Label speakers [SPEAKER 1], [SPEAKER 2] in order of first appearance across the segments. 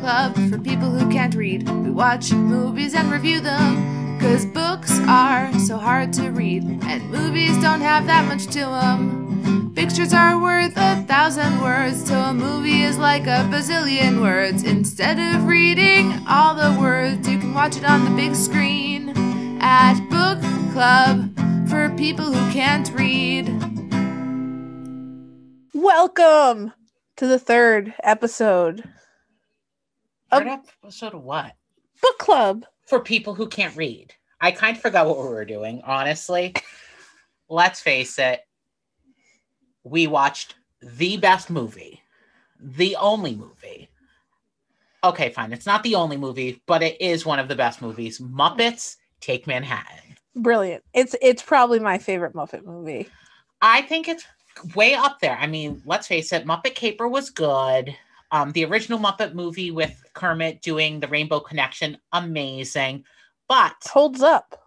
[SPEAKER 1] club for people who can't read. We watch movies and review them. Cause books are so hard to read, and movies don't have that much to them. Pictures are worth a thousand words, so a movie is like a bazillion words. Instead of reading all the words, you can watch it on the big screen at Book Club for people who can't read.
[SPEAKER 2] Welcome to the third episode
[SPEAKER 3] Third
[SPEAKER 2] Um,
[SPEAKER 3] episode of what?
[SPEAKER 2] book club.
[SPEAKER 3] For people who can't read. I kind of forgot what we were doing, honestly. Let's face it. We watched the best movie, the only movie. Okay, fine. It's not the only movie, but it is one of the best movies. Muppets Take Manhattan.
[SPEAKER 2] Brilliant. It's it's probably my favorite Muppet movie.
[SPEAKER 3] I think it's way up there. I mean, let's face it, Muppet Caper was good. Um, the original Muppet movie with Kermit doing the Rainbow Connection, amazing. But
[SPEAKER 2] Holds up.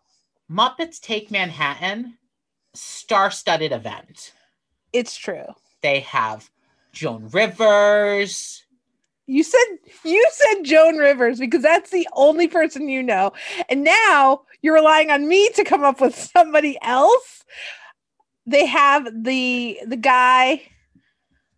[SPEAKER 3] Muppets Take Manhattan, star studded event.
[SPEAKER 2] It's true.
[SPEAKER 3] They have Joan Rivers.
[SPEAKER 2] You said you said Joan Rivers because that's the only person you know. And now you're relying on me to come up with somebody else. They have the the guy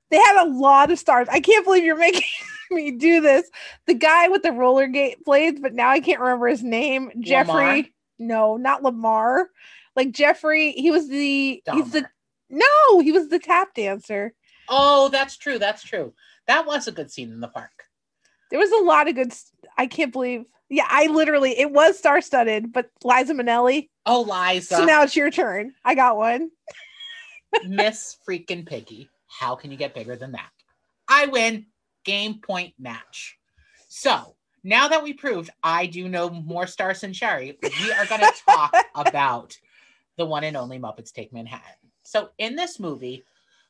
[SPEAKER 2] they had a lot of stars. I can't believe you're making me do this. The guy with the roller gate blades, but now I can't remember his name.
[SPEAKER 3] Lamar?
[SPEAKER 2] Jeffrey. No, not Lamar. Like Jeffrey, he was the he's the
[SPEAKER 3] Dahmer.
[SPEAKER 2] no, he was the tap dancer.
[SPEAKER 3] Oh, that's true. That's true. That was a good scene in the park.
[SPEAKER 2] There was a lot of good. s- I can't believe. Yeah, I literally it was star studded, but Liza Minnelli.
[SPEAKER 3] Oh, Liza,
[SPEAKER 2] So now it's your turn. I got one.
[SPEAKER 3] Miss freaking Piggy. How can you get bigger than that? I win. Game point match. So now that we proved I do know more stars than Sherry, we are going to talk about the one and only Muppets Take Manhattan. So in this movie,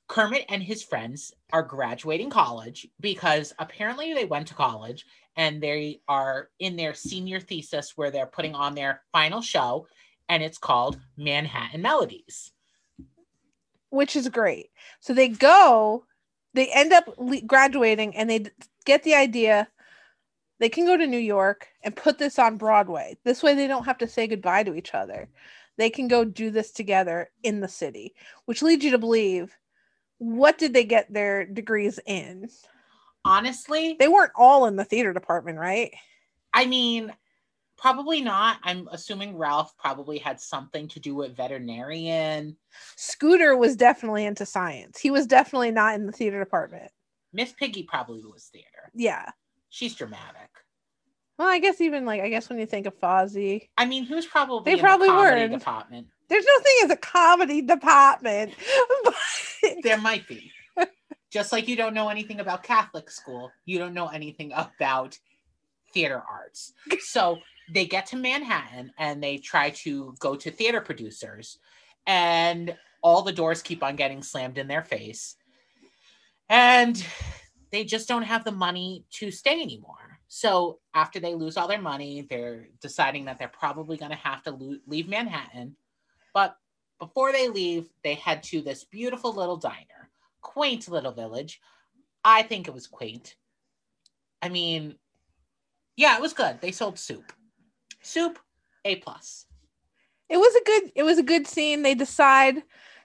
[SPEAKER 3] Kermit and his friends are graduating college because apparently they went to college and they are in their senior thesis where they're putting on their final show and it's called Manhattan Melodies.
[SPEAKER 2] which is great. So they go, they end up le- graduating, and they d- get the idea they can go to New York and put this on Broadway. This way, they don't have to say goodbye to each other. They can go do this together in the city, which leads you to believe what did they get their degrees in?
[SPEAKER 3] Honestly,
[SPEAKER 2] They weren't all in the theater department, right?
[SPEAKER 3] I mean, probably not. I'm assuming Ralph probably had something to do with veterinarian.
[SPEAKER 2] Scooter was definitely into science. He was definitely not in the theater department.
[SPEAKER 3] Miss Piggy probably was theater.
[SPEAKER 2] Yeah.
[SPEAKER 3] She's dramatic.
[SPEAKER 2] Well, I guess even like I guess when you think of Fozzie,
[SPEAKER 3] I mean, he was probably
[SPEAKER 2] They
[SPEAKER 3] in the
[SPEAKER 2] probably
[SPEAKER 3] comedy
[SPEAKER 2] weren't.
[SPEAKER 3] department.
[SPEAKER 2] there's no thing as a comedy department.
[SPEAKER 3] There might be. Just like you don't know anything about Catholic school, you don't know anything about theater arts. So they get to Manhattan and they try to go to theater producers, and all the doors keep on getting slammed in their face. And they just don't have the money to stay anymore. So after they lose all their money, they're deciding that they're probably going to have to lo- leave Manhattan. But before they leave, they head to this beautiful little diner, quaint little village. I think it was quaint. I mean, yeah, it was good. They sold soup. Soup, A plus.
[SPEAKER 2] it was a good it was a good scene. They decide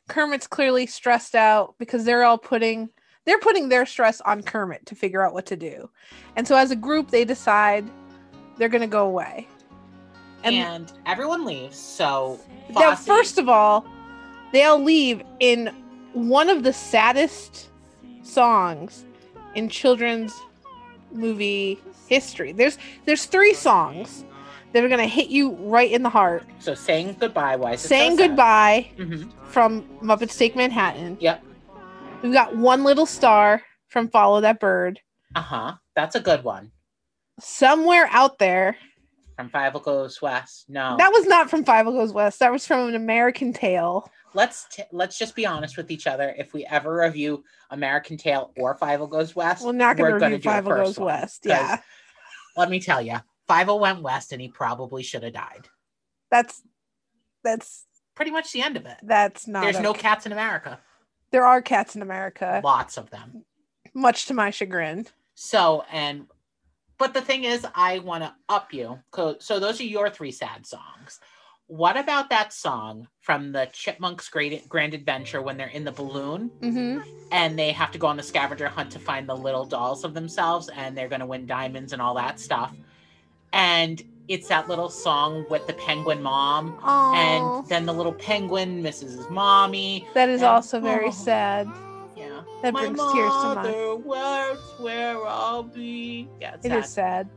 [SPEAKER 2] Kermit's clearly stressed out because they're all putting they're putting their stress on Kermit to figure out what to do. And so as a group they decide they're going to go away.
[SPEAKER 3] And,
[SPEAKER 2] And-
[SPEAKER 3] everyone leaves. So
[SPEAKER 2] Now,
[SPEAKER 3] Fosse-
[SPEAKER 2] first of all, they all leave in one of the saddest songs in children's movie history. There's there's three songs that are gonna hit you right in the heart.
[SPEAKER 3] so saying goodbye wise.
[SPEAKER 2] Saying goodbye
[SPEAKER 3] hmm
[SPEAKER 2] from Muppets Take Manhattan.
[SPEAKER 3] Yep.
[SPEAKER 2] We've got one little star from Follow That Bird.
[SPEAKER 3] Uh huh. That's a good one.
[SPEAKER 2] Somewhere out there.
[SPEAKER 3] From Five Goes West. No.
[SPEAKER 2] That was not from Five Goes West. That was from an American Tale.
[SPEAKER 3] let's t- let's just be honest with each other. If we ever review American Tale or Five Goes West,
[SPEAKER 2] We're not gonna
[SPEAKER 3] we're
[SPEAKER 2] review
[SPEAKER 3] do the
[SPEAKER 2] Five
[SPEAKER 3] first
[SPEAKER 2] Goes
[SPEAKER 3] one,
[SPEAKER 2] West.
[SPEAKER 3] 'cause
[SPEAKER 2] Yeah.
[SPEAKER 3] let me tell you, Five O went west and he probably should have died.
[SPEAKER 2] That's that's
[SPEAKER 3] Pretty much the end of it.
[SPEAKER 2] That's not.
[SPEAKER 3] There's no
[SPEAKER 2] okay.
[SPEAKER 3] cats in America.
[SPEAKER 2] There are cats in America,
[SPEAKER 3] Lots of them.
[SPEAKER 2] much to my chagrin.
[SPEAKER 3] So, and But the thing is, I want to up you. Co- So those are your three sad songs. What about that song from the Chipmunks' Great Grand Adventure when they're in the balloon
[SPEAKER 2] Mm-hmm.
[SPEAKER 3] and they have to go on the scavenger hunt to find the little dolls of themselves and they're going to win diamonds and all that stuff? And it's that little song with the penguin mom,
[SPEAKER 2] Oh,
[SPEAKER 3] and then the little penguin misses his mommy.
[SPEAKER 2] that is
[SPEAKER 3] yeah.
[SPEAKER 2] also very
[SPEAKER 3] Oh.
[SPEAKER 2] sad.
[SPEAKER 3] Yeah,
[SPEAKER 2] That
[SPEAKER 3] My
[SPEAKER 2] brings tears to mind.
[SPEAKER 3] mother works where I'll be. Yeah, it's
[SPEAKER 2] It
[SPEAKER 3] sad.
[SPEAKER 2] is sad.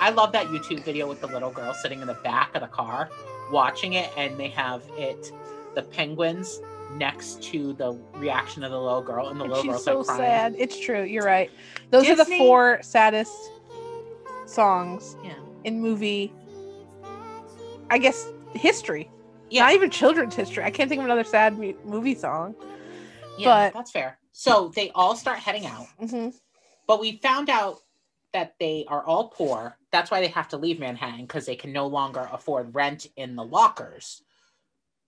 [SPEAKER 3] I love that YouTube video with the little girl sitting in the back of the car watching it, and they have it, the penguins next to the reaction of the little girl, and the
[SPEAKER 2] And
[SPEAKER 3] little
[SPEAKER 2] she's
[SPEAKER 3] girl's
[SPEAKER 2] so
[SPEAKER 3] like crying.
[SPEAKER 2] sad. It's true. You're right. Those are the
[SPEAKER 3] Disney-
[SPEAKER 2] four saddest songs
[SPEAKER 3] Yeah.
[SPEAKER 2] in movie. I guess history.
[SPEAKER 3] Yeah.
[SPEAKER 2] Not even children's history. I can't think of another sad mu- movie song.
[SPEAKER 3] Yeah,
[SPEAKER 2] but-
[SPEAKER 3] that's fair. So they all start heading out,
[SPEAKER 2] Mm-hmm.
[SPEAKER 3] but we found out that they are all poor. That's why they have to leave Manhattan because they can no longer afford rent in the lockers.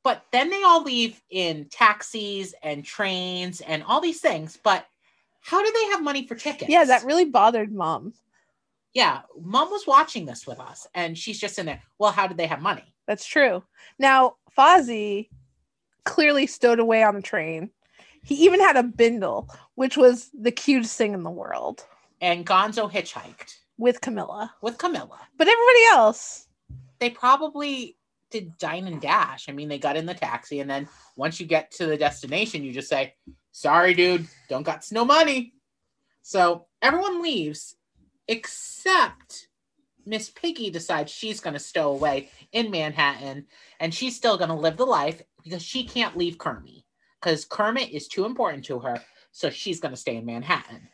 [SPEAKER 3] But then they all leave in taxis and trains and all these things. But how do they have money for tickets?
[SPEAKER 2] Yeah, that really bothered mom.
[SPEAKER 3] yeah, mom was watching this with us and she's just in there. Well, how did they have money?
[SPEAKER 2] That's true. Now, Fozzie clearly stowed away on the train. He even had a bindle, which was the cutest thing in the world
[SPEAKER 3] And Gonzo hitchhiked
[SPEAKER 2] with Camilla.
[SPEAKER 3] with Camilla.
[SPEAKER 2] But everybody else,
[SPEAKER 3] They probably did dine and dash. I mean, they got in the taxi and then once you get to the destination, you just say, sorry, dude, don't got no money. So everyone leaves except Miss Piggy decides she's going to stow away in Manhattan and she's still going to live the life because she can't leave Kermit because Kermit is too important to her. So she's going to stay in Manhattan.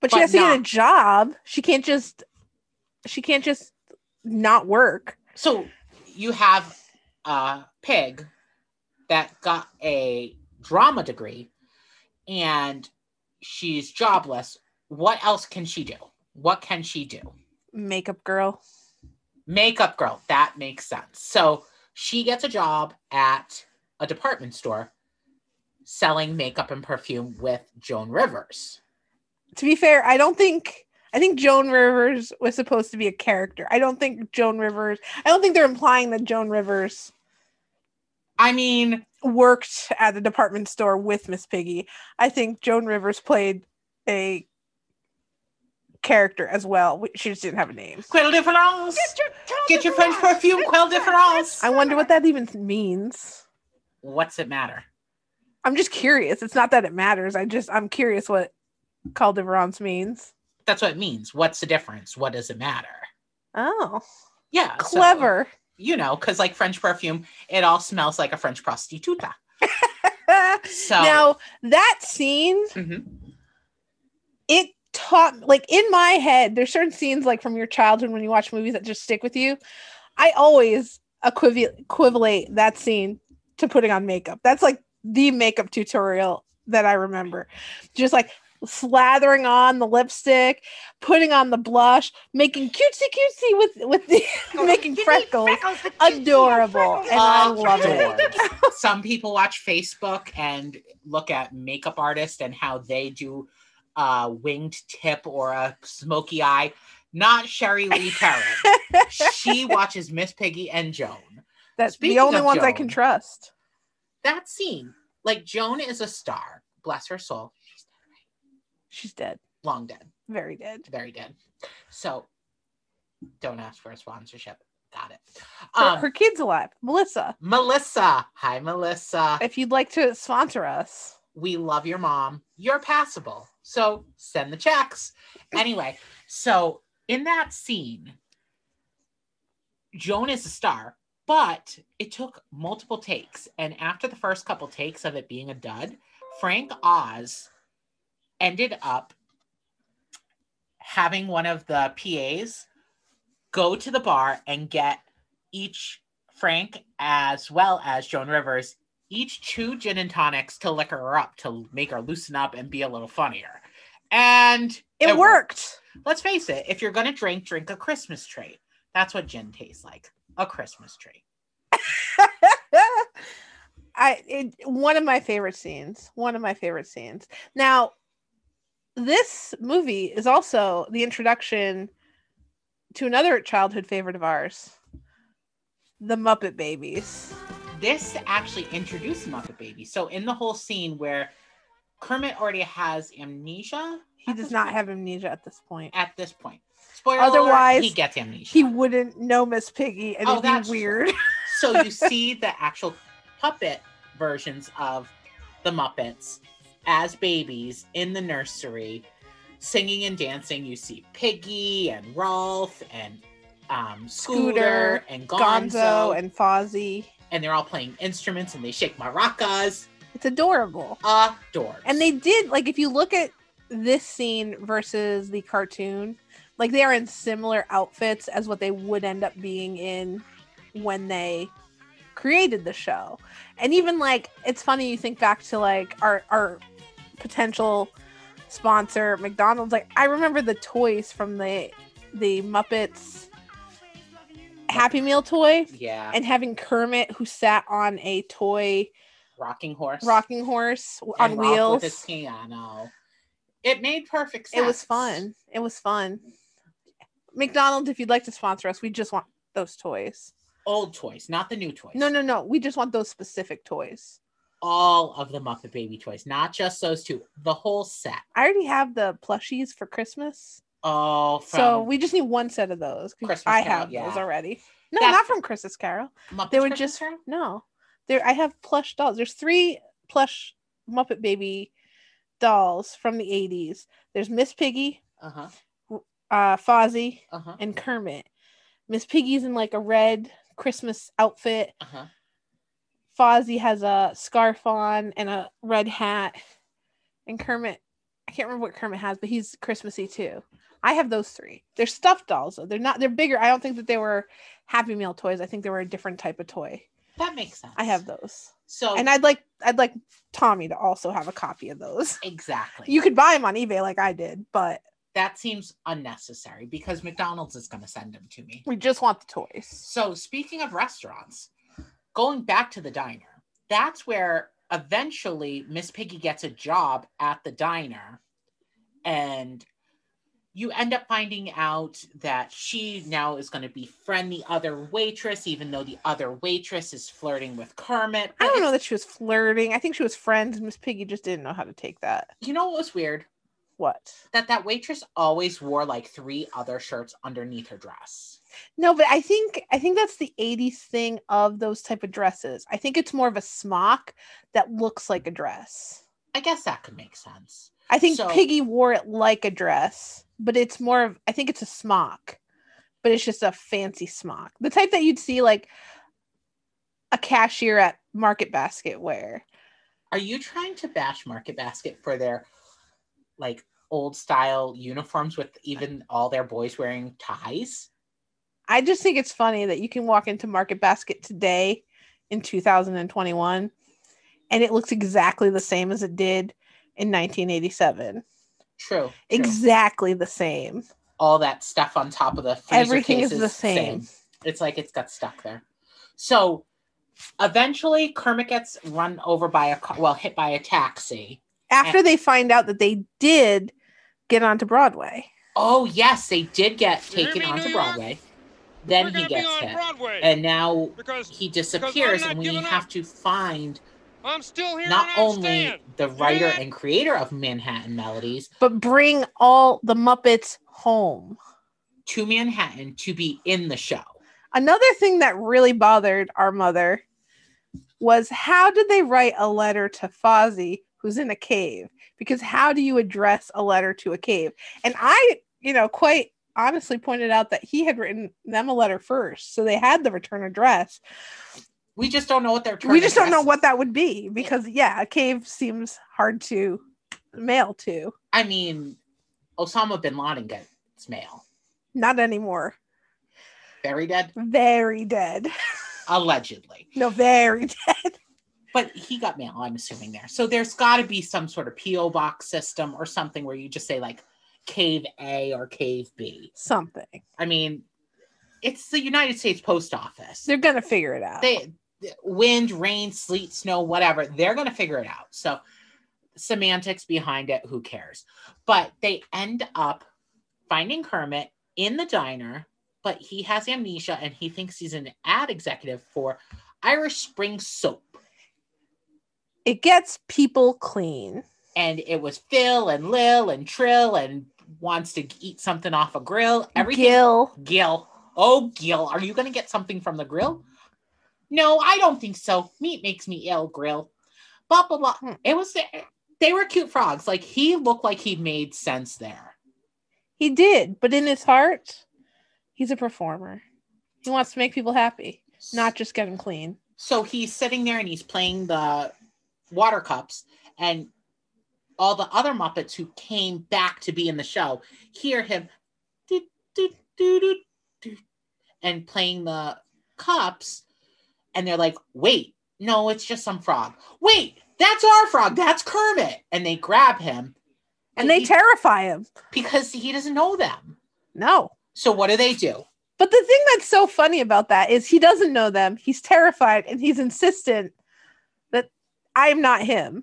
[SPEAKER 2] but she
[SPEAKER 3] But
[SPEAKER 2] has to get a
[SPEAKER 3] not-
[SPEAKER 2] job. She can't just she can't just not work.
[SPEAKER 3] So you have a pig that got a drama degree and she's jobless. What else can she do? What can she do?
[SPEAKER 2] Makeup girl.
[SPEAKER 3] Makeup girl. That makes sense. So she gets a job at a department store selling makeup and perfume with Joan Rivers.
[SPEAKER 2] To be fair, I don't think I think Joan Rivers was supposed to be a character. I don't think Joan Rivers I don't think they're implying that Joan Rivers
[SPEAKER 3] I mean,
[SPEAKER 2] worked at the department store with Miss Piggy. I think Joan Rivers played a character as well. We- She just didn't have a name.
[SPEAKER 3] Quelle de France. Get your French perfume, Quelle de France.
[SPEAKER 2] I wonder what that even means.
[SPEAKER 3] What's it matter?
[SPEAKER 2] I'm just curious. It's not that it matters. I just I'm curious what Caldeverance means.
[SPEAKER 3] that's what it means. What's the difference? What does it matter?
[SPEAKER 2] Oh,
[SPEAKER 3] Yeah. so,
[SPEAKER 2] clever.
[SPEAKER 3] you know, because like French perfume, it all smells like a French prostituta. So
[SPEAKER 2] now that scene,
[SPEAKER 3] Mhm.
[SPEAKER 2] it taught like in my head. There's certain scenes like from your childhood when you watch movies that just stick with you. I always equiv- equivalate that scene to putting on makeup. That's like the makeup tutorial that I remember. Just like slathering on the lipstick, putting on the blush, making cutesy cutesy with with the
[SPEAKER 3] Oh,
[SPEAKER 2] making freckles. Adorable. And
[SPEAKER 1] Uh,
[SPEAKER 2] I love it.
[SPEAKER 3] Adored. um, Some people watch Facebook and look at makeup artists and how they do a winged tip or a smoky eye. Not Sherry Lee Perrin. she watches Miss Piggy and Joan.
[SPEAKER 2] That's
[SPEAKER 3] Speaking
[SPEAKER 2] the only
[SPEAKER 3] of
[SPEAKER 2] ones I can
[SPEAKER 3] Joan.
[SPEAKER 2] trust.
[SPEAKER 3] that scene, like Joan is a star, bless her soul,
[SPEAKER 2] She's dead.
[SPEAKER 3] long dead,
[SPEAKER 2] Very dead.
[SPEAKER 3] very dead. So don't ask for a sponsorship. Got it.
[SPEAKER 2] Her,
[SPEAKER 3] Um,
[SPEAKER 2] her kid's alive. Melissa,
[SPEAKER 3] Melissa. Hi, Melissa.
[SPEAKER 2] if you'd like to sponsor us.
[SPEAKER 3] We love your mom. You're passable. So send the checks. Anyway, so in that scene, Joan is a star, but it took multiple takes. And after the first couple takes of it being a dud, Frank Oz ended up having one of the PAs go to the bar and get each Frank as well as Joan Rivers each two gin and tonics to liquor her up to make her loosen up and be a little funnier. And
[SPEAKER 2] It,
[SPEAKER 3] it
[SPEAKER 2] worked.
[SPEAKER 3] let's face it, if you're gonna drink, drink a Christmas tree. That's what gin tastes like. A Christmas tree.
[SPEAKER 2] I it, one of my favorite scenes. One of my favorite scenes. Now, this movie is also the introduction to another childhood favorite of ours, the Muppet Babies.
[SPEAKER 3] This actually introduced the Muppet Baby. So in the whole scene where Kermit already has amnesia,
[SPEAKER 2] He does not have amnesia at this point.
[SPEAKER 3] at this point. Spoiler
[SPEAKER 2] Otherwise,
[SPEAKER 3] alert, he gets amnesia.
[SPEAKER 2] He wouldn't know Miss Piggy, and
[SPEAKER 3] Oh,
[SPEAKER 2] it'd
[SPEAKER 3] that's
[SPEAKER 2] be weird.
[SPEAKER 3] so you see the actual puppet versions of the Muppets as babies in the nursery, singing and dancing. You see Piggy and Rolf and um,
[SPEAKER 2] Scooter,
[SPEAKER 3] Scooter, and Gonzo,
[SPEAKER 2] Gonzo
[SPEAKER 3] and-,
[SPEAKER 2] and Fozzie.
[SPEAKER 3] they're all playing instruments and they shake maracas.
[SPEAKER 2] It's adorable.
[SPEAKER 3] Adorbs.
[SPEAKER 2] And they did like if you look at this scene versus the cartoon, like they are in similar outfits as what they would end up being in when they created the show. And even like it's funny you think back to like our our potential sponsor McDonald's like I remember the toys from the the Muppets Happy Meal toy
[SPEAKER 3] yeah,
[SPEAKER 2] and having Kermit who sat on a toy
[SPEAKER 3] rocking horse,
[SPEAKER 2] rocking horse w- on
[SPEAKER 3] and Rolf
[SPEAKER 2] wheels.
[SPEAKER 3] with his piano. It made perfect sense.
[SPEAKER 2] It was fun. It was fun. McDonald's, if you'd like to sponsor us, we just want those toys.
[SPEAKER 3] Old toys, not the new toys.
[SPEAKER 2] No, no, no. We just want those specific toys.
[SPEAKER 3] all of the Muppet Baby toys, not just those two, the whole set.
[SPEAKER 2] I already have the plushies for Christmas.
[SPEAKER 3] Oh, from
[SPEAKER 2] so we just need one set of those. 'cause
[SPEAKER 3] Christmas
[SPEAKER 2] I
[SPEAKER 3] Carol,
[SPEAKER 2] have those
[SPEAKER 3] yeah.
[SPEAKER 2] already. No,
[SPEAKER 3] That's-
[SPEAKER 2] not from Christmas Carol.
[SPEAKER 3] Muppets
[SPEAKER 2] They were
[SPEAKER 3] Christmas
[SPEAKER 2] just
[SPEAKER 3] Carol?
[SPEAKER 2] no. There I have plush dolls. There's three plush Muppet baby dolls from the 80s. There's Miss Piggy,
[SPEAKER 3] Uh-huh.
[SPEAKER 2] uh Fozzie,
[SPEAKER 3] Uh-huh.
[SPEAKER 2] and Kermit. Miss Piggy's in like a red Christmas outfit.
[SPEAKER 3] Uh-huh.
[SPEAKER 2] Fozzie has a scarf on and a red hat. And Kermit, I can't remember what Kermit has, but he's Christmassy too. I have those three. They're stuffed dolls. Though. They're not. They're bigger. I don't think that they were Happy Meal toys. I think they were a different type of toy.
[SPEAKER 3] That makes sense.
[SPEAKER 2] I have those,
[SPEAKER 3] so
[SPEAKER 2] and I'd like I'd like Tommy to also have a copy of those.
[SPEAKER 3] exactly.
[SPEAKER 2] You could buy them on eBay like I did, but
[SPEAKER 3] that seems unnecessary because McDonald's is going to send them to me.
[SPEAKER 2] we just want the toys.
[SPEAKER 3] So speaking of restaurants, going back to the diner, that's where eventually Miss Piggy gets a job at the diner, and you end up finding out that she now is going to befriend the other waitress, even though the other waitress is flirting with Kermit.
[SPEAKER 2] I don't
[SPEAKER 3] But
[SPEAKER 2] know that she was flirting. I think she was friends. and Miss Piggy just didn't know how to take that.
[SPEAKER 3] You know what was weird?
[SPEAKER 2] What?
[SPEAKER 3] That that waitress always wore like three other shirts underneath her dress.
[SPEAKER 2] No, but I think I think that's the 80s thing of those type of dresses. I think it's more of a smock that looks like a dress.
[SPEAKER 3] I guess that could make sense.
[SPEAKER 2] I think
[SPEAKER 3] So-
[SPEAKER 2] Piggy wore it like a dress, but it's more of I think it's a smock, but it's just a fancy smock. The type that you'd see like a cashier at Market Basket wear.
[SPEAKER 3] Are you trying to bash Market Basket for their like old style uniforms with even all their boys wearing ties?
[SPEAKER 2] I just think it's funny that you can walk into Market Basket today in 2021 and it looks exactly the same as it did in 1987.
[SPEAKER 3] True. true.
[SPEAKER 2] Exactly the same.
[SPEAKER 3] all that stuff on top of the freezer
[SPEAKER 2] Everything
[SPEAKER 3] case
[SPEAKER 2] is the same.
[SPEAKER 3] It's like it's got stuck there. So eventually Kermit gets run over by a car, well, hit by a taxi.
[SPEAKER 2] After they find out that they did get onto Broadway,
[SPEAKER 3] Oh yes, they did get
[SPEAKER 4] You hear
[SPEAKER 3] taken
[SPEAKER 4] me,
[SPEAKER 3] onto
[SPEAKER 4] New York?
[SPEAKER 3] Broadway.
[SPEAKER 4] We're
[SPEAKER 3] Then he
[SPEAKER 4] gonna be
[SPEAKER 3] gets
[SPEAKER 4] on
[SPEAKER 3] hit.
[SPEAKER 4] Broadway
[SPEAKER 3] And now
[SPEAKER 4] because
[SPEAKER 3] he disappears
[SPEAKER 4] not
[SPEAKER 3] and we
[SPEAKER 4] giving up.
[SPEAKER 3] have to find
[SPEAKER 4] I'm still here.
[SPEAKER 3] not
[SPEAKER 4] and I'm
[SPEAKER 3] only
[SPEAKER 4] staying.
[SPEAKER 3] the writer
[SPEAKER 4] that?
[SPEAKER 3] and creator of Manhattan Melodies
[SPEAKER 2] but bring all the Muppets home.
[SPEAKER 3] to Manhattan to be in the show.
[SPEAKER 2] Another thing that really bothered our mother was how did they write a letter to Fozzie who's in a cave? Because how do you address a letter to a cave? And I, you know, quite honestly pointed out that he had written them a letter first. So they had the return address.
[SPEAKER 3] We just don't know what they're.
[SPEAKER 2] we just don't know what that would be because yeah, a cave seems hard to mail to.
[SPEAKER 3] I mean, Osama bin Laden gets mail.
[SPEAKER 2] Not anymore.
[SPEAKER 3] Very dead,
[SPEAKER 2] Very dead.
[SPEAKER 3] allegedly,
[SPEAKER 2] No, very dead.
[SPEAKER 3] but he got mail. I'm assuming there. So there's got to be some sort of PO box system or something where you just say like Cave A or Cave B.
[SPEAKER 2] Something.
[SPEAKER 3] I mean, it's the United States Post Office.
[SPEAKER 2] They're gonna figure it out.
[SPEAKER 3] they wind, rain, sleet, snow, whatever, they're going to figure it out. So semantics behind it, who cares? But they end up finding Kermit in the diner but he has amnesia and he thinks he's an ad executive for Irish Spring soap.
[SPEAKER 2] It gets people clean.
[SPEAKER 3] And it was Phil and Lil and Trill and wants to eat something off a grill. Everything
[SPEAKER 2] Gil.
[SPEAKER 3] Gil. Oh, Gil, are you going to get something from the grill? No, I don't think so. Meat makes me ill, grill. Blah, blah, blah.
[SPEAKER 2] Hmm.
[SPEAKER 3] It was, they were cute frogs. Like he looked like he made sense there.
[SPEAKER 2] He did, but in his heart, he's a performer. He wants to make people happy, not just get them clean.
[SPEAKER 3] So he's sitting there and he's playing the water cups and all the other Muppets who came back to be in the show hear him doot, doot, doot, doot, doot, and playing the cups and they're like, wait, no, it's just some frog. Wait, that's our frog. That's Kermit. And they grab him
[SPEAKER 2] And they
[SPEAKER 3] he-
[SPEAKER 2] terrify him.
[SPEAKER 3] because he doesn't know them.
[SPEAKER 2] No.
[SPEAKER 3] So what do they do?
[SPEAKER 2] But the thing that's so funny about that is he doesn't know them. He's terrified and he's insistent that I'm not him.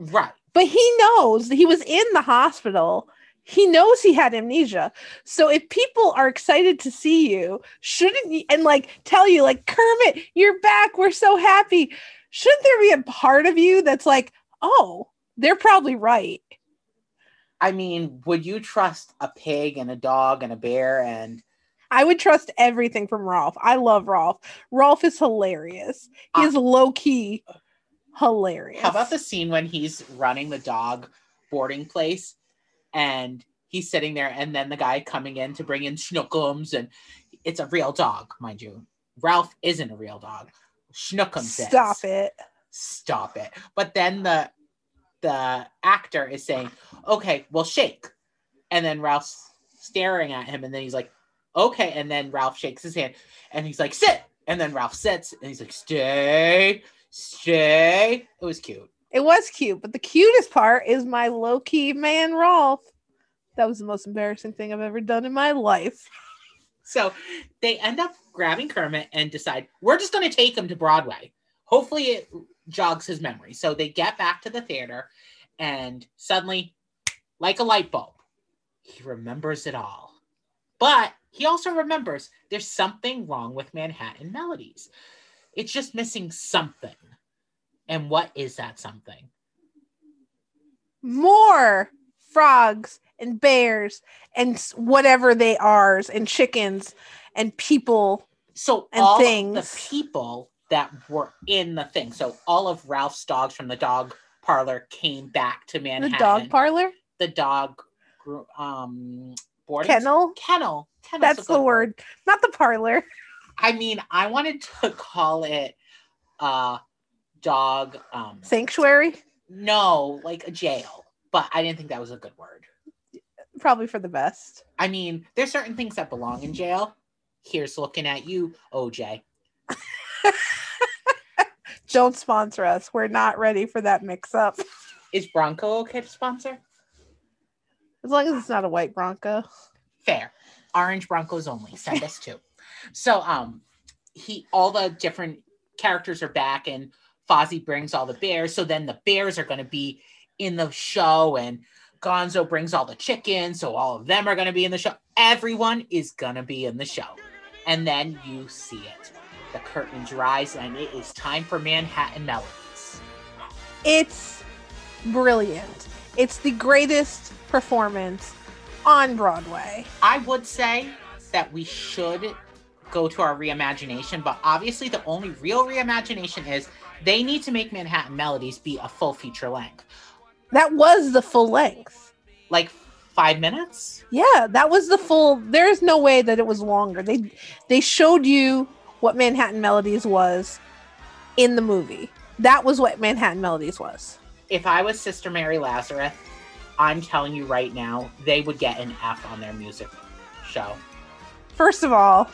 [SPEAKER 3] Right.
[SPEAKER 2] But he knows that he was in the hospital. He knows he had amnesia. So if people are excited to see you, shouldn't you, and like tell you, like, Kermit, you're back. We're so happy. Shouldn't there be a part of you that's like, oh, they're probably right?
[SPEAKER 3] I mean, would you trust a pig and a dog and a bear and
[SPEAKER 2] I would trust everything from Rolf. I love Rolf. Rolf is hilarious. He is low key hilarious.
[SPEAKER 3] Ah. How about the scene when he's running the dog boarding place and he's sitting there and then the guy coming in to bring in schnookums and it's a real dog, mind you. Ralph isn't a real dog. Schnookums is.
[SPEAKER 2] Stop it.
[SPEAKER 3] Stop it. But then the the actor is saying, Okay, well shake. And then Ralph's staring at him and then he's like, Okay. And then Ralph shakes his hand and he's like, sit. And then Ralph sits and he's like, Stay, stay. It was cute.
[SPEAKER 2] It was cute, but the cutest part is my low key man Rolf. That was the most embarrassing thing I've ever done in my life.
[SPEAKER 3] So they end up grabbing Kermit and decide we're just going to take him to Broadway. Hopefully, it jogs his memory. So they get back to the theater, and suddenly, like a light bulb, he remembers it all. But he also remembers there's something wrong with Manhattan Melodies. It's just missing something. And what is that something?
[SPEAKER 2] More frogs and bears and s- whatever they are, and chickens and people.
[SPEAKER 3] So
[SPEAKER 2] and
[SPEAKER 3] all of
[SPEAKER 2] things.
[SPEAKER 3] the people that were in the thing. So all of Ralph's dogs from the dog parlor came back to
[SPEAKER 2] in The
[SPEAKER 3] Manhattan.
[SPEAKER 2] dog parlor?
[SPEAKER 3] The dog gr- um boarding
[SPEAKER 2] Kennel?
[SPEAKER 3] Kennel. Kennel's a
[SPEAKER 2] That's
[SPEAKER 3] good
[SPEAKER 2] the word. Not the parlor.
[SPEAKER 3] I mean, I wanted to call it uh dog um
[SPEAKER 2] Sanctuary?
[SPEAKER 3] no, like a jail, but I didn't think that was a good word.
[SPEAKER 2] Probably for the best.
[SPEAKER 3] I mean, there's certain things that belong in jail. Here's looking at you, OJ.
[SPEAKER 2] don't sponsor us. We're not ready for that mix up.
[SPEAKER 3] Is Bronco okay to sponsor?
[SPEAKER 2] As long as it's not a white Bronco.
[SPEAKER 3] fair orange broncos only send us two so um he all the different characters are back and fozzie brings all the bears so then the bears are going to be in the show and gonzo brings all the chickens so all of them are going to be in the show everyone is going to be in the show and then you see it the curtains rise and it is time for manhattan melodies
[SPEAKER 2] It's brilliant. It's the greatest performance on Broadway.
[SPEAKER 3] I would say that we should go to our reimagination, but obviously the only real reimagination is they need to make Manhattan Melodies be a full feature length.
[SPEAKER 2] That was the full length.
[SPEAKER 3] Like five minutes?
[SPEAKER 2] Yeah, that was the full. There's no way that it was longer. They they showed you what Manhattan Melodies was in the movie. That was what Manhattan Melodies was.
[SPEAKER 3] If I was Sister Mary Lazarus, I'm telling you right now, they would get an F on their music show.
[SPEAKER 2] First of all,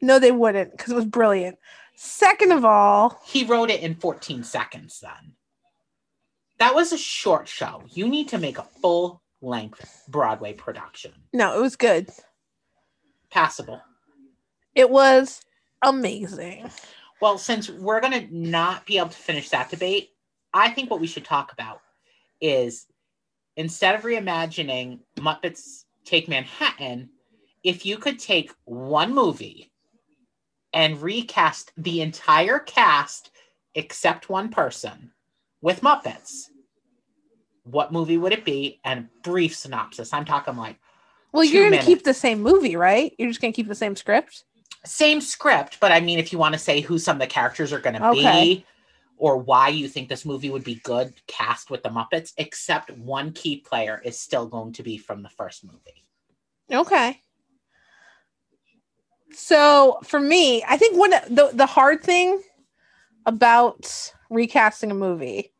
[SPEAKER 2] no, they wouldn't because it was brilliant. Second of all,
[SPEAKER 3] He wrote it in 14 seconds then. That was a short show. You need to make a full length Broadway production.
[SPEAKER 2] No, it was good.
[SPEAKER 3] Passable.
[SPEAKER 2] It was amazing.
[SPEAKER 3] Well, since we're going to not be able to finish that debate, I think what we should talk about is instead of reimagining Muppets Take Manhattan, if you could take one movie and recast the entire cast except one person with Muppets, what movie would it be? And brief synopsis. I'm talking like
[SPEAKER 2] Well,
[SPEAKER 3] Two
[SPEAKER 2] you're going to
[SPEAKER 3] minutes.
[SPEAKER 2] keep the same movie, right? You're just going to keep the same script.
[SPEAKER 3] same script, but I mean, if you want to say who some of the characters are going to
[SPEAKER 2] Okay.
[SPEAKER 3] be or why you think this movie would be good cast with the Muppets, except one key player is still going to be from the first movie.
[SPEAKER 2] Okay. So for me, I think one of the the hard thing about recasting a movie,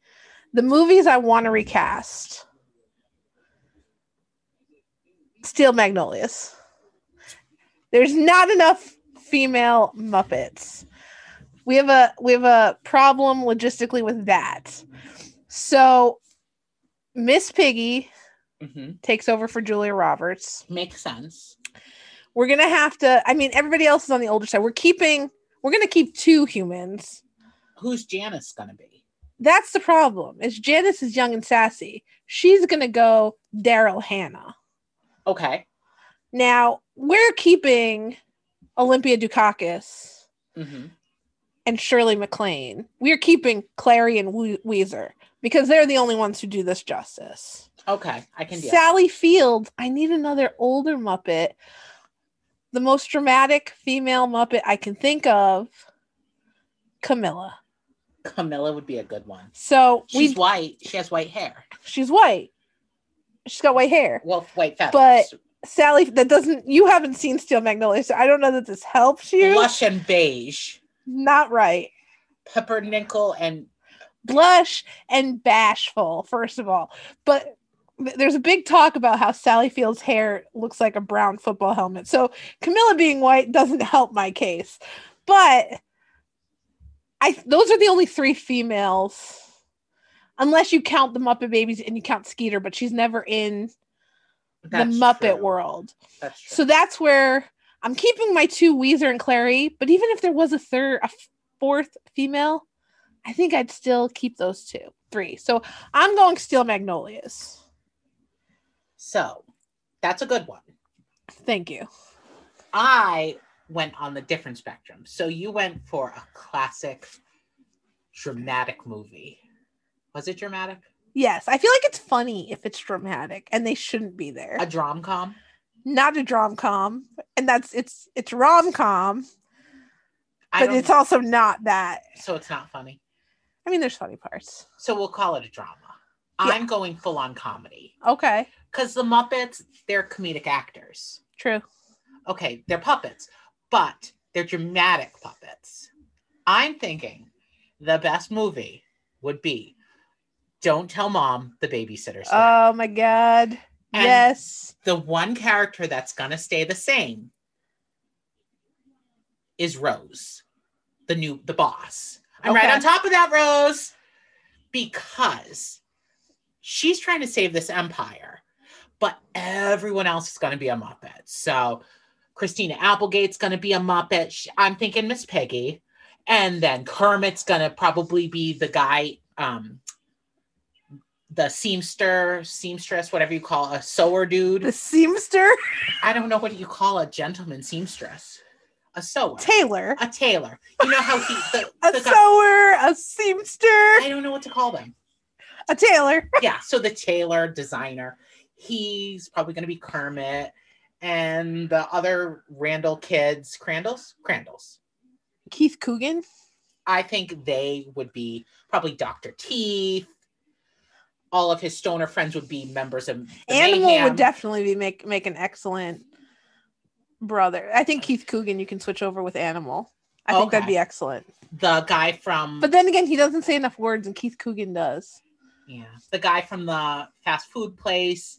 [SPEAKER 2] the movies I want to recast, Steel Magnolias. There's not enough female Muppets. We have a we have a problem logistically with that. So Miss Piggy
[SPEAKER 3] Mm-hmm.
[SPEAKER 2] takes over for Julia Roberts
[SPEAKER 3] Makes sense.
[SPEAKER 2] we're gonna have to i mean everybody else is on the older side we're keeping we're gonna keep two humans
[SPEAKER 3] Who's Janice going to be?
[SPEAKER 2] that's the problem is janice is young and sassy she's gonna go daryl hannah
[SPEAKER 3] Okay.
[SPEAKER 2] now we're keeping olympia dukakis
[SPEAKER 3] Mm-hmm.
[SPEAKER 2] and shirley mclean we're keeping clary and Wee- weezer because they're the only ones who do this justice
[SPEAKER 3] Okay. I can do it.
[SPEAKER 2] Sally Fields. I need another older Muppet. The most dramatic female Muppet I can think of, Camilla.
[SPEAKER 3] Camilla would be a good one.
[SPEAKER 2] So
[SPEAKER 3] She's
[SPEAKER 2] we
[SPEAKER 3] white. She has white hair.
[SPEAKER 2] she's white. She's got white hair.
[SPEAKER 3] Well, white feathers.
[SPEAKER 2] But- Sally, that doesn't you haven't seen Steel Magnolia, so I don't know that this helps you.
[SPEAKER 3] Lush and beige.
[SPEAKER 2] Not right.
[SPEAKER 3] Peppernickel and
[SPEAKER 2] Blush and bashful, first of all. But th- there's a big talk about how Sally Fields' hair looks like a brown football helmet. So Camilla being white doesn't help my case. But I those are the only three females. Unless you count the Muppet Babies and you count Skeeter, but she's never in
[SPEAKER 3] That's
[SPEAKER 2] the Muppet
[SPEAKER 3] true.
[SPEAKER 2] world.
[SPEAKER 3] That's true.
[SPEAKER 2] So that's where I'm keeping my two Weezer and Clary. But even if there was a third, a f- fourth female, I think I'd still keep those two, three. So I'm going Steel Magnolias.
[SPEAKER 3] so that's a good one.
[SPEAKER 2] Thank you.
[SPEAKER 3] I went on the different spectrum. So you went for a classic dramatic movie. Was it dramatic?
[SPEAKER 2] Yes, I feel like it's funny if it's dramatic, and they shouldn't be there.
[SPEAKER 3] A drom com?
[SPEAKER 2] Not a drom com, and that's it's it's rom com,
[SPEAKER 3] I
[SPEAKER 2] but
[SPEAKER 3] don't
[SPEAKER 2] it's also not that.
[SPEAKER 3] so it's not funny.
[SPEAKER 2] I mean, there's funny parts.
[SPEAKER 3] So we'll call it a drama. I'm going full on comedy.
[SPEAKER 2] Okay,
[SPEAKER 3] Because the Muppets, they're comedic actors.
[SPEAKER 2] true.
[SPEAKER 3] okay, they're puppets, but they're dramatic puppets. I'm thinking the best movie would be Don't Tell Mom the Babysitter's Dead.
[SPEAKER 2] Oh my god.
[SPEAKER 3] And-
[SPEAKER 2] yes.
[SPEAKER 3] The one character that's going to stay the same is Rose, the new the boss. I'm right
[SPEAKER 2] Okay.
[SPEAKER 3] on top of that Rose because she's trying to save this empire, but everyone else is going to be a Muppet. So Christina Applegate's going to be a Muppet. Sh- I'm thinking Miss Peggy. And then Kermit's going to probably be the guy, um, the seamster, seamstress, whatever you call a sewer dude.
[SPEAKER 2] The seamster
[SPEAKER 3] I don't know what you call a gentleman seamstress, a sewer,
[SPEAKER 2] Taylor,
[SPEAKER 3] a tailor. You know how he, the,
[SPEAKER 2] a
[SPEAKER 3] the guy-
[SPEAKER 2] sewer, a seamster,
[SPEAKER 3] I don't know what to call them.
[SPEAKER 2] a tailor.
[SPEAKER 3] yeah, so the tailor designer, he's probably going to be Kermit, and the other Randall kids, Crandalls, Crandalls.
[SPEAKER 2] Keith Coogan.
[SPEAKER 3] I think they would be probably Doctor Teeth. All of his stoner friends would be members of the
[SPEAKER 2] Animal
[SPEAKER 3] Mayhem.
[SPEAKER 2] would definitely be make make an excellent brother. I think Keith Coogan you can switch over with Animal. I think that'd
[SPEAKER 3] Okay.
[SPEAKER 2] be excellent.
[SPEAKER 3] the guy from
[SPEAKER 2] But then again, he doesn't say enough words and Keith Coogan does.
[SPEAKER 3] yeah, the guy from the fast food place.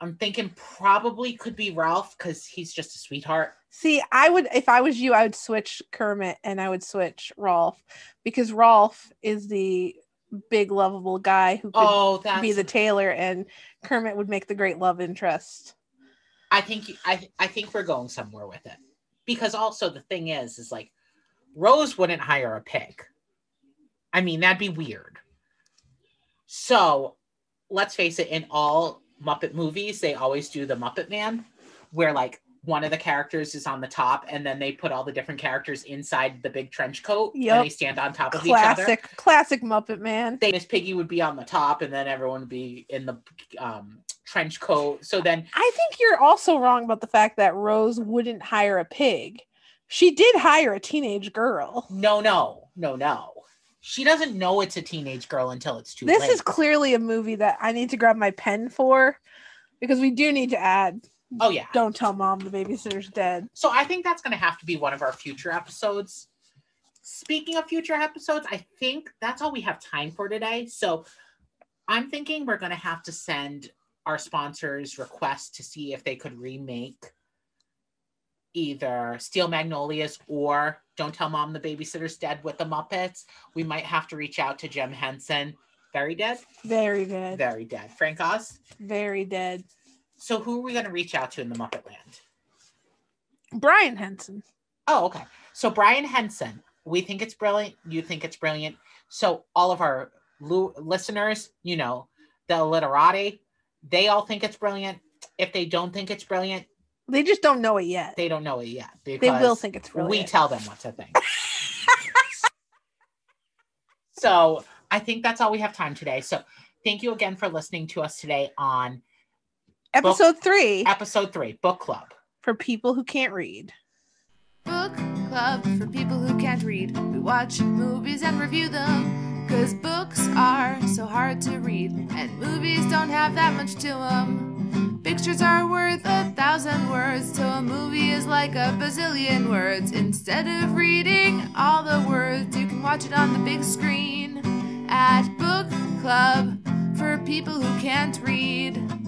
[SPEAKER 3] I'm thinking probably could be Ralph because he's just a sweetheart.
[SPEAKER 2] See, I would if I was you, I would switch Kermit and I would switch Rolf because Rolf is the big lovable guy who could
[SPEAKER 3] Oh, that's
[SPEAKER 2] be the tailor and Kermit would make the great love interest.
[SPEAKER 3] I think you- I I think we're going somewhere with it. Because also the thing is is like Rose wouldn't hire a pig. I mean, that'd be weird. So, let's face it in all Muppet movies, they always do the Muppet Man where like one of the characters is on the top, and then they put all the different characters inside the big trench coat,
[SPEAKER 2] Yep.
[SPEAKER 3] and they stand on top of each other.
[SPEAKER 2] Classic, classic Muppet Man.
[SPEAKER 3] They, Miss Piggy would be on the top, and then everyone would be in the um, trench coat. So then,
[SPEAKER 2] I think you're also wrong about the fact that Rose wouldn't hire a pig. She did hire a teenage girl.
[SPEAKER 3] no, no, no, no. She doesn't know it's a teenage girl until it's too
[SPEAKER 2] This
[SPEAKER 3] late.
[SPEAKER 2] is clearly a movie that I need to grab my pen for because we do need to add
[SPEAKER 3] oh yeah.
[SPEAKER 2] Don't Tell Mom the Babysitter's Dead.
[SPEAKER 3] So I think that's going to have to be one of our future episodes. Speaking of future episodes, I think that's all we have time for today. So I'm thinking we're going to have to send our sponsors requests to see if they could remake either Steel Magnolias or Don't Tell Mom the Babysitter's Dead with the Muppets. We might have to reach out to Jim Henson. Very dead?
[SPEAKER 2] Very dead.
[SPEAKER 3] Very dead. Frank Oz?
[SPEAKER 2] Very dead.
[SPEAKER 3] So who are we going to reach out to in the Muppet Land?
[SPEAKER 2] Brian Henson.
[SPEAKER 3] Oh, okay. So Brian Henson, we think it's brilliant. You think it's brilliant. So all of our lu- listeners, you know, the literati, they all think it's brilliant. If they don't think it's brilliant,
[SPEAKER 2] They just don't know it yet.
[SPEAKER 3] they don't know it yet because
[SPEAKER 2] They will think it's really
[SPEAKER 3] we tell them what to think. so I think that's all we have time today. So thank you again for listening to us today on
[SPEAKER 2] episode three
[SPEAKER 3] episode three, book club.
[SPEAKER 2] for people who can't read.
[SPEAKER 1] Book club for people who can't read. We watch movies and review them. Cause books are so hard to read, and movies don't have that much to them. Pictures are worth a thousand words, so a movie is like a bazillion words. Instead of reading all the words, you can watch it on the big screen at Book Club for people who can't read.